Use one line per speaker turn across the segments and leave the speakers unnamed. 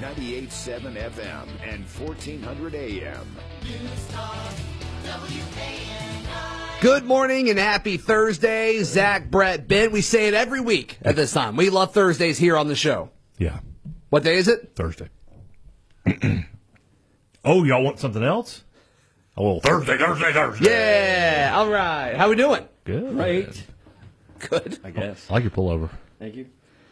98.7 FM and 1400 AM.
Good morning and happy Thursday, Zach, Brett, Ben. We say it every week at this time. We love Thursdays here on the show.
Yeah,
What day is it?
Thursday.
Oh, y'all want something else?
Oh, well,
Thursday, Thursday, Thursday.
Yeah. All right. How we doing?
good.
Great.
Good.
I guess.
I like your pullover.
Thank you.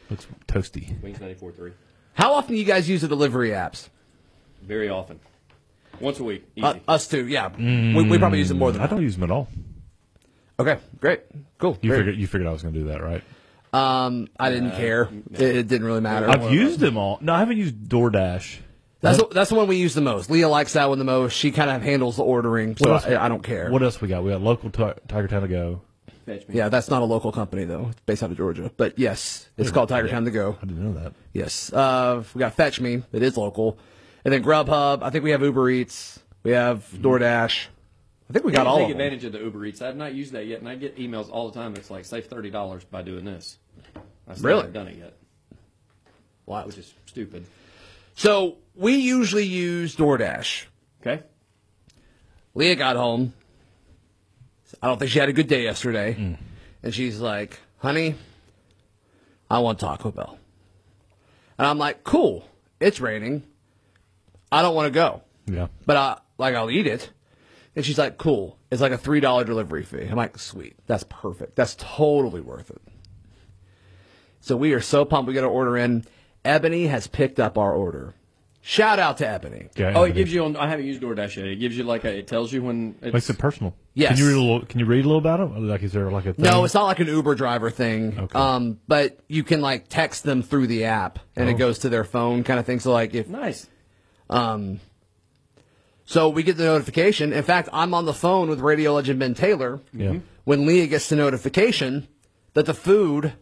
Looks toasty.
Wings 94.3.
How often do you guys use the delivery apps?
Very often. Once a week. Easy.
Uh, us two, yeah. We, we probably use them more than
I don't use them at all.
Okay, great, cool.
Mm. You
great.
figured you figured I was going to do that, right?
Um, I didn't care. It, it didn't really matter.
I've used them all. No, I haven't used DoorDash.
that's the, that's the one we use the most. Leah likes that one the most. She kind of handles the ordering, so
else-
I, I don't care.
What else we got? We got local ti Tiger Town to go.
Fetch me.
yeah, that's not a local company though. It's based out of Georgia, but yes, it's called Tiger Town to Go.
I didn't know that.
Yes, uh, we got Fetch Me. It is local, and then Grubhub. I think we have Uber Eats. We have DoorDash. I think we got
I
all
Mm-hmm. take
of them.
advantage of the Uber Eats. I've not used that yet, and I get emails all the time. It's like save thirty dollars by doing this. I still
Really?
haven't done it yet,
Wow.
which is stupid.
So we usually use DoorDash.
Okay.
Leah got home. I don't think she had a good day yesterday.
Mm.
And she's like, honey, I want Taco Bell. And I'm like, cool. It's raining. I don't want to go,
Yeah.
but I like I'll eat it. And she's like, cool. It's like a three dollar delivery fee. I'm like, sweet. That's perfect. That's totally worth it. So we are so pumped. We got to order in. Ebony has picked up our order. Shout out to Ebony.
Okay.
Oh, it gives you. On, I haven't used DoorDash yet. It gives you like a. It tells you when. It's,
makes it personal.
Yes.
Can you read a little? Can you read a little about it? Like, is there like a thing?
No, it's not like an Uber driver thing.
Okay.
Um, but you can like text them through the app, and it
Oh.
goes to their phone, kind of thing. So like if
nice.
um, so we get the notification. In fact, I'm on the phone with radio legend Ben Taylor.
Yeah.
When Leah gets the notification that the food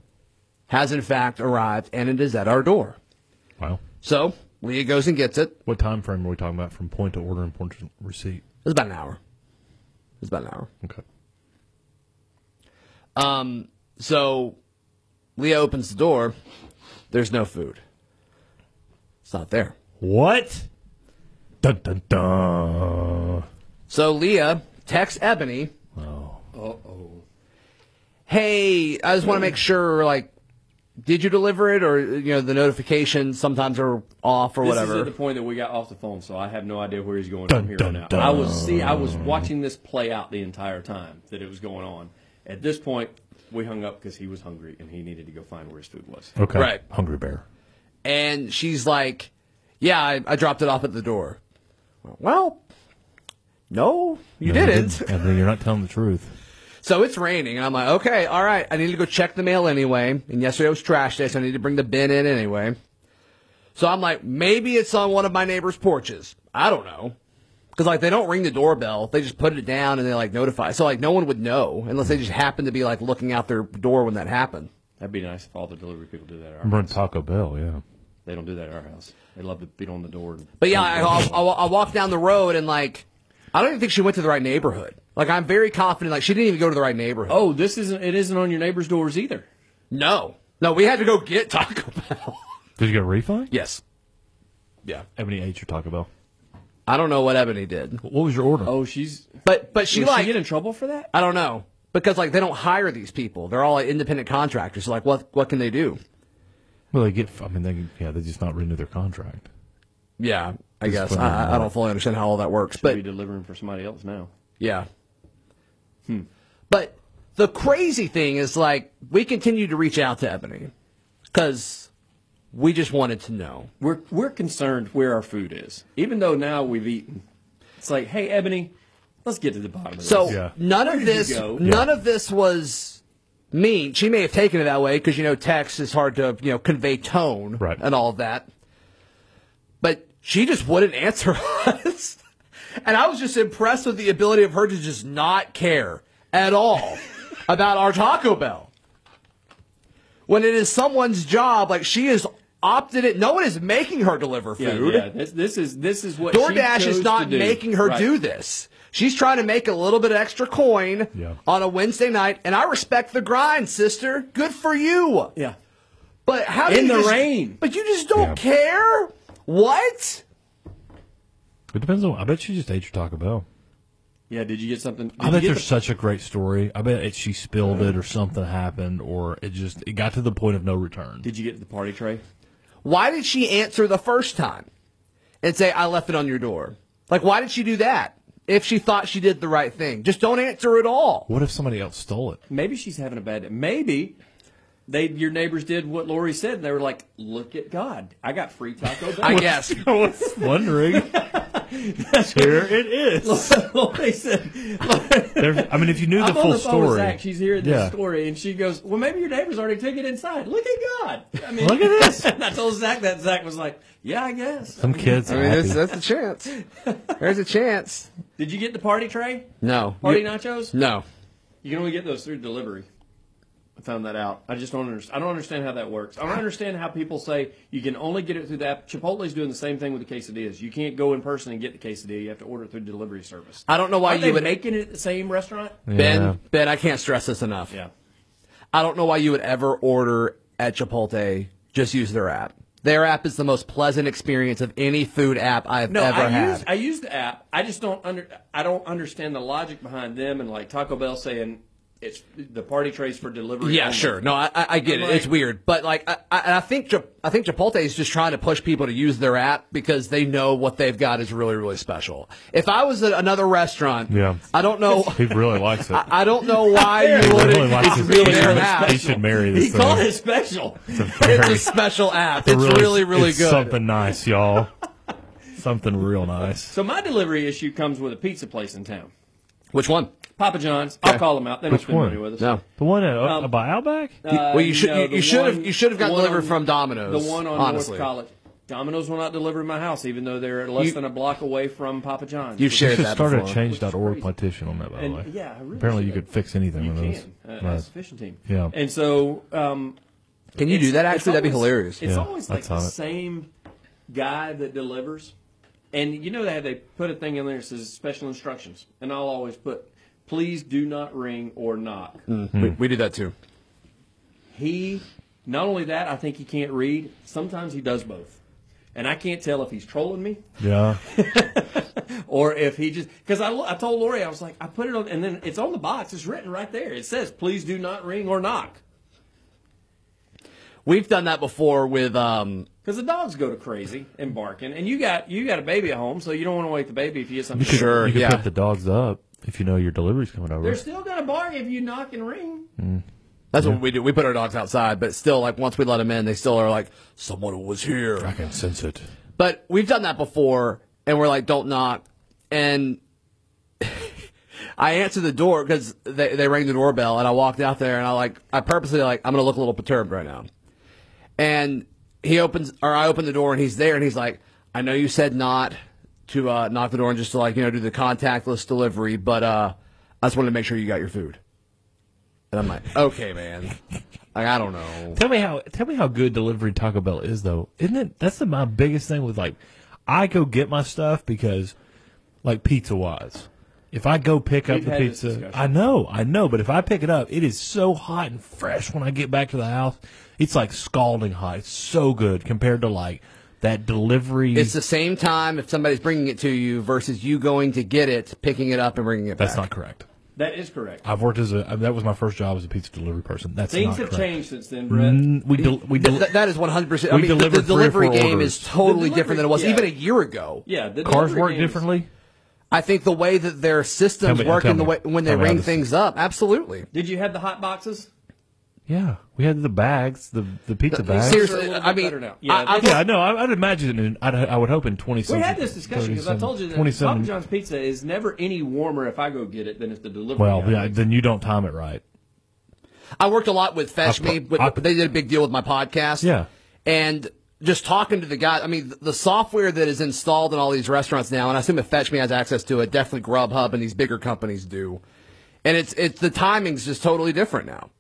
has in fact arrived and it is at our door,
Wow.
so Leah goes and gets it.
What time frame are we talking about? From point to order and point to receipt.
It's about an hour. It's about an hour.
Okay.
Um, so Leah opens the door. There's no food. It's not there.
What? Dun dun dun.
So Leah texts Ebony,
Uh oh.
"Hey, I just want to make sure, like, did you deliver it, or you know, the notifications sometimes are off or
This is
whatever."
at the point that we got off the phone, so I have no idea where he's going
Dun,
from here
dun,
on out.
dun.
I was see, I was watching this play out the entire time that it was going on. At this point, we hung up because he was hungry and he needed to go find where his food was.
Okay.
Right.
Hungry bear.
and she's like, "Yeah, I, I dropped it off at the door." Well, no, you
No,
didn't.
I mean, you're not telling the truth.
So it's raining, and I'm like, okay, all right, I need to go check the mail anyway. And yesterday was trash day, so I need to bring the bin in anyway. So I'm like, maybe it's on one of my neighbor's porches. I don't know. Because, like, they don't ring the doorbell. They just put it down and they, like, notify. So, like, no one would know unless they just happened to be, like, looking out their door when that happened.
That'd be nice if all the delivery people do that. At our
I'm
house.
running Taco Bell. Yeah.
They don't do that at our house. They love to beat on the door. and-
But yeah, I, I, I, I walked down the road and, like, I don't even think she went to the right neighborhood. Like, I'm very confident, like, she didn't even go to the right neighborhood.
oh, this isn't. It isn't on your neighbor's doors either.
no. No, we had to go get Taco Bell.
Did you get a refund?
yes. Yeah.
Ebony ate your Taco Bell.
I don't know what Ebony did,
What was your order?
Oh, she's.
but but she
Did
like
she get in trouble for that?
I don't know because like they don't hire these people; they're all like, independent contractors. So, like what what can they do?
Well, they get. I mean, they yeah, they just not renew their contract.
Yeah, I guess
what
I,
they
I- I don't fully understand how all that works,
But
but
be delivering for somebody else now.
yeah. Hmm. But the crazy thing is like we continue to reach out to Ebony because we just wanted to know.
We're we're concerned where our food is, even though now we've eaten. It's like, hey, Ebony, let's get to the bottom of this.
So
Yeah.
none
Where
of
did you
this,
go?
none of this was mean. She may have taken it that way because you know text is hard to you know convey tone
Right.
and all of that. But she just wouldn't answer us, and I was just impressed with the ability of her to just not care at all about our Taco Bell. When it is someone's job, like she is opted it. No one is making her deliver food.
Yeah, yeah. This, this is this is what she
DoorDash
chose
is
to
not
do.
making her
Right.
do this. She's trying to make a little bit of extra coin
Yeah.
on a Wednesday night, and I respect the grind, sister. Good for you.
Yeah,
But how do
In
you
the
just-
rain.
But you just don't
Yeah.
care. What?
It depends on. I bet she just ate your Taco Bell.
Yeah, did you get something? did
I
you
bet
get
there's such a great story. I bet it, she spilled it or something happened or it just it got to the point of no
the,
return.
Did you get the party tray?
Why did she answer the first time and say, I left it on your door? Like, why did she do that if she thought she did the right thing? Just don't answer at all.
What if somebody else stole it?
Maybe she's having a bad day. Maybe they your neighbors did what Lori said. And they were like, "Look at God, I got free Taco Bell."
I guess.
I was wondering. Here it is.
Lori said,
There's, I mean, if you knew the
"I'm on
full
the phone with
story.
Zach. She's hearing
Yeah.
this story, and she goes, "Well, maybe your neighbors already took it inside. Look at God." I mean,
Look at this.
and I told Zach that Zach was like, "Yeah, I guess."
Some kids.
I
are
mean,
happy.
that's, that's a chance. There's a chance.
Did you get the party tray?
No.
Party
You-
nachos?
No.
You can only get those through delivery. I found that out. I just don't understand. I don't understand how that works. I don't understand how people say you can only get it through the app. Chipotle's doing the same thing with the quesadillas. You can't go in person and get the quesadilla. You have to order it through delivery service.
I don't know why
Are
you
they Mm.
would.
making it at the same restaurant?
ben,
Yeah.
Ben, I can't stress this enough.
Yeah.
I don't know why you would ever order at Chipotle. Just use their app. Their app is the most pleasant experience of any food app I've
No,
ever
I
had.
use I use the app. I just don't under I don't understand the logic behind them and like Taco Bell saying it's the party trays for delivery.
Yeah,
only.
sure. No, I, I I get
I'm
it.
like-
it's weird, but like, I, I, and I think Chip- I think Chipotle is just trying to push people to use their app because they know what they've got is really really special. If I was at another restaurant,
Yeah.
I don't know,
He really likes it.
I don't know why
he
you
really
wouldn't
likes
just
his-
use
he
their
should-
app.
He should marry
He
this thing.
called it special.
It's a special app. It's
Really-
really really
it's
good.
Something nice, y'all. something real nice.
So my delivery issue comes with a pizza place in town.
Which one?
Papa John's. I'll call them out. They don't
Which
spend
one?
money with us.
No.
The one at, uh, by Outback?
um, Uh,
well, you should
no,
you,
the
you should have
one-
you should have gotten
the one
delivered
on-
from Domino's.
The one on
honestly.
North College. Domino's will not deliver to my house, even though they're less
You-
than a block away from Papa John's.
You
Which-
shared
should
that
start a
before.
change.org petition on that, by the
And-
way.
yeah, I really
Apparently,
should.
you could fix anything
You
with those.
can uh,
Right.
as a fishing team.
Yeah.
And so, um,
Can you do
it's-
that?
it's
Actually, that'd be
always-
hilarious.
It's
Yeah,
always like
I
the
saw it.
same guy that delivers, and you know they have they put a thing in there that says special instructions, and I'll always put, please do not ring or knock.
We, we did that too.
he not only that i think he can't read sometimes he does both and i can't tell if he's trolling me
Yeah.
or if he just because I, lo- I told lori i was like i put it on and then it's on the box it's written right there it says please do not ring or knock
We've done that before with um,
because the dogs go to crazy and barking and you got you got a baby at home so you don't want to wake the baby if you get something to
Sure.
you can
yeah.
put the dogs up if you know your delivery's coming over.
they're still going to bark if you knock and ring
That's what we do. We put our dogs outside, but still, like once we let them in, they still are like, "Someone was here."
I can sense it.
But we've done that before, and we're like, "Don't knock." And I answered the door because they, they rang the doorbell, and I walked out there, and I like, I purposely like, I'm gonna look a little perturbed right now. And he opens, or I open the door, and he's there, and he's like, "I know you said not to uh, knock the door and just to like you know do the contactless delivery, but uh, I just wanted to make sure you got your food." And I'm like, "Okay, man." Like I don't know.
Tell me how tell me how good delivery Taco Bell is though. Isn't it that's the, my biggest thing with like I go get my stuff because like pizza wise. If I go pick up
We've
the
had this
pizza,
discussion.
I know, I know, but if I pick it up, it is so hot and fresh when I get back to the house. It's like scalding hot. It's so good compared to like that delivery.
It's the same time if somebody's bringing it to you versus you going to get it, picking it up and bringing it
that's
back.
not correct.
that is correct
I've worked as a I- that was my first job as a pizza delivery person. That's
things
not
have
correct.
changed since then brett
Mm, We del- we del-
Th- th- that is 100%. I
We
mean, the- the,
delivered three or
delivery
four
game
orders.
is totally
The
different than it was
delivery-
even a
yeah.
year ago.
yeah the
cars
delivery
work
game is-
differently.
I think the way that their systems
Tell me-
work
tell
and the
me.
way when they
Tell me how
ring
this-
things up, absolutely.
did you have the hot boxes
Yeah, we had the bags, the the pizza bags.
They're a
Seriously,
little
I
bit better
mean,
now.
I,
Yeah,
I,
they-
Yeah, I know. I, I'd imagine. In, I'd, I would hope in twenty.
We had this discussion because I told you that Papa John's pizza is never any warmer if I go get it than if the delivery.
Well,
guy
yeah,
makes
then you don't time it right.
I worked a lot with Fetch
I pro-
Me. But
I-
they did a big deal with my podcast.
Yeah.
And just talking to the guy, I mean, th- the software that is installed in all these restaurants now, and I assume if Fetch Me has access to it, definitely Grubhub and these bigger companies do. And it's it's the timing's just totally different now.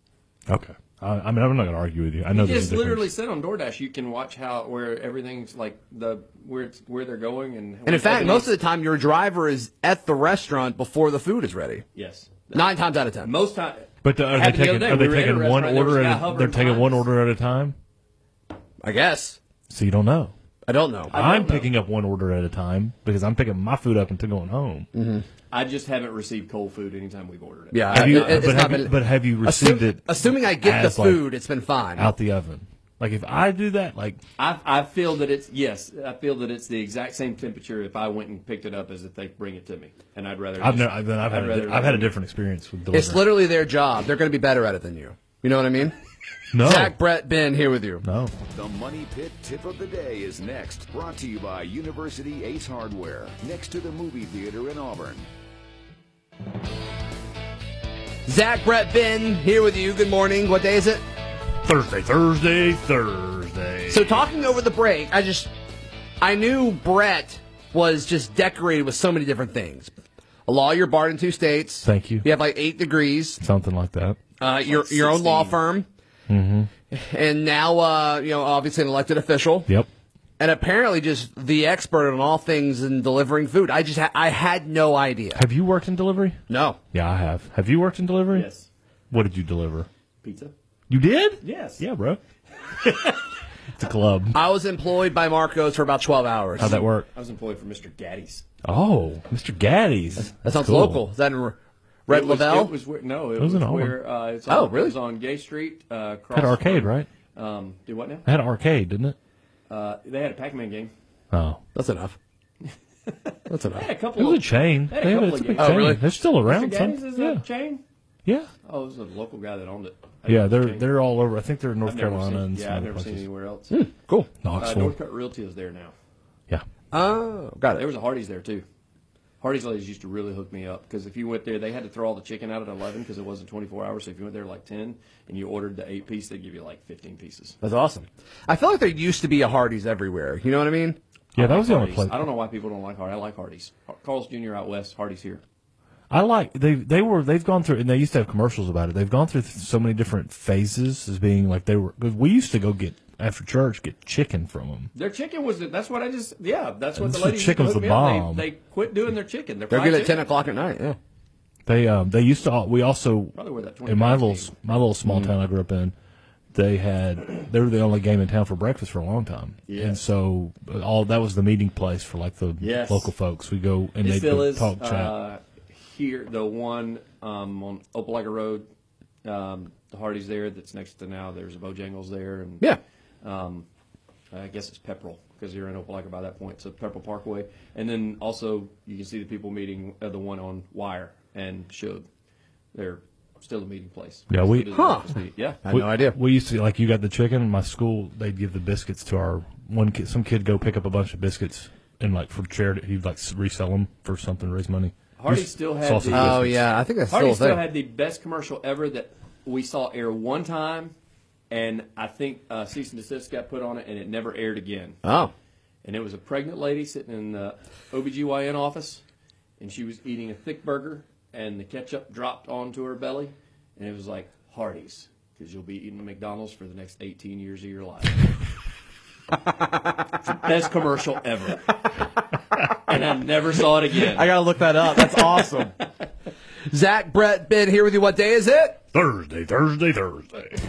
Okay. I, I mean, I'm not going to argue with you. I know
it. He
there's
just
a difference.
literally said on DoorDash, you can watch how where everything's like the where it's where they're going and.
And in fact, most of the time, your driver is at the restaurant before the food is ready.
yes,
Nine times out of ten.
most time.
But the, are they
Happened the
taking
other day.
are they
We were at a
taking one
restaurant, there was
order
a guy
at a,
hovering
they're taking one
times.
order at a time?
I guess.
So you don't know.
I don't know.
I'm
know.
picking up one order at a time because I'm picking my food up and to going home.
Mm. I just haven't received cold food anytime we've ordered Uh, it.
yeah,
Have
I-
you,
it- it's
but,
not
have
been,
you, but have you
Assume-
received it
assuming I get the
as, like,
food, it's been fine.
out the oven? Like if I do that, like
I, I feel that it's yes. I feel that it's the exact same temperature if I went and picked it up as if they bring it to me, and I'd rather.
I've
just-
never, I've, been, I've, had,
I'd
a, di-
rather-
I've had a different experience with delivery.
It's literally their job. They're going to be better at it than you. You know what I mean?
no,
Zach, Brett, Ben here with you.
no.
The Money Pit tip of the day is next, brought to you by University Ace Hardware, next to the movie theater in Auburn.
Zach, Brett, Ben here with you. Good morning. What day is it?
Thursday, Thursday, Thursday.
So talking over the break, I just I knew Brett was just decorated with so many different things. A lawyer barred in two states.
Thank you.
You have like eight degrees.
Something like that.
Uh, your your own law
16.
firm.
Mm-hmm.
And now, uh, you know, obviously an elected official.
Yep.
And apparently, just the expert on all things in delivering food. I just ha- I had no idea.
Have you worked in delivery?
No.
Yeah, I have. Have you worked in delivery?
Yes,
What did you deliver?
pizza.
You did?
Yes.
Yeah, bro. it's a club.
I was employed by Marcos for about 12 hours.
How'd that work?
I was employed for Mr. Gaddy's.
Oh, Mr. Gaddy's.
that sounds
cool.
local. Is that in R- Red
it was,
Lavelle?
It was where, no, it,
was
was,
in Auburn.
where uh, it's
Oh,
on,
really?
It was on Gay Street. Uh, across
Had arcade,
from-
right?
Um, do what now?
It had arcade, didn't it?
Uh, they had a Pac-Man game.
Oh.
That's enough. That's enough.
They had a
It
couple.
was a
of,
chain.
They had a
They have-
couple
it's
of
a big
games.
Oh, really?
chain. They're still
Mr.
around. son.
Gaddy's is
Yeah.
a chain.
yeah.
Oh, it was a local guy that owned it. I
Yeah,
didn't know it was
they're
a chain.
they're all over. I think they're in North
I've never
Carolina
seen-
and some
yeah, I've
other
never seen
places. Hmm,
anywhere else.
Cool.
Uh,
Knoxville.
Northcutt Realty is there now.
yeah.
Oh, got
There
it.
was a Hardee's there too. Hardee's ladies used to really hook me up because if you went there, they had to throw all the chicken out at eleven because it wasn't twenty four hours. So if you went there like ten and you ordered the eight piece, they'd give you like fifteen pieces.
That's awesome. I feel like there used to be a Hardee's everywhere. You know what I mean?
Yeah, that
I
was the only
Hardee's.
place.
I don't know why people don't like Hardee's. I like Hardee's. Har- Carl's Jr. out west, Hardee's here.
I like they they were they've gone through and they used to have commercials about it. They've gone through so many different phases as being like they were. 'cause we used to go get after church get chicken from them.
Their chicken was the, that's what I just yeah that's what
That's
the
the
ladies used to
chicken's
hook me
the
up. They-
bomb.
They, quit doing their chicken. Their
They're
fried
good at
chicken.
ten o'clock at night. Oh, Yeah.
They um they used to al- we also
Probably where that
in my
25
little
came.
my little small town I grew up in. They had they were the only game in town for breakfast for a long time.
Yeah.
And so uh, all that was the meeting place for like the
Yes.
local folks. We go and
It
they
still
go
is
talk chat.
uh, here. The one um, on Opelika Road, um, the Hardy's there. That's next to now. There's a Bojangles there, and
Yeah.
I guess it's Pepperell because you're in Opelika by that point. So Pepperell Parkway, and then also you can see the people meeting uh, the one on Wire and Shug. They're still a meeting place.
Yeah, we-
Still do
Huh.
breakfast meet- Yeah,
I had no idea.
We used to like you got the chicken. My school they'd give the biscuits to our one kid. Some kid go pick up a bunch of biscuits and like for charity he'd like s- resell them for something, raise money.
Hardy
Used-
still had
sausage
the-
Oh
biscuits.
yeah, I think that's
Hardy
still a
still
thing.
had the best commercial ever that we saw air one time, and I think uh, cease and desist got put on it, and it never aired again.
oh,
And it was a pregnant lady sitting in the OBGYN office, and she was eating a thick burger, and the ketchup dropped onto her belly, and it was like Hardee's, because you'll be eating McDonald's for the next 18 years of your life. It's the best commercial ever. and I never saw it again.
gotta look that up. That's awesome. Zach, Brett, Ben here with you. What day is it?
Thursday, Thursday, Thursday.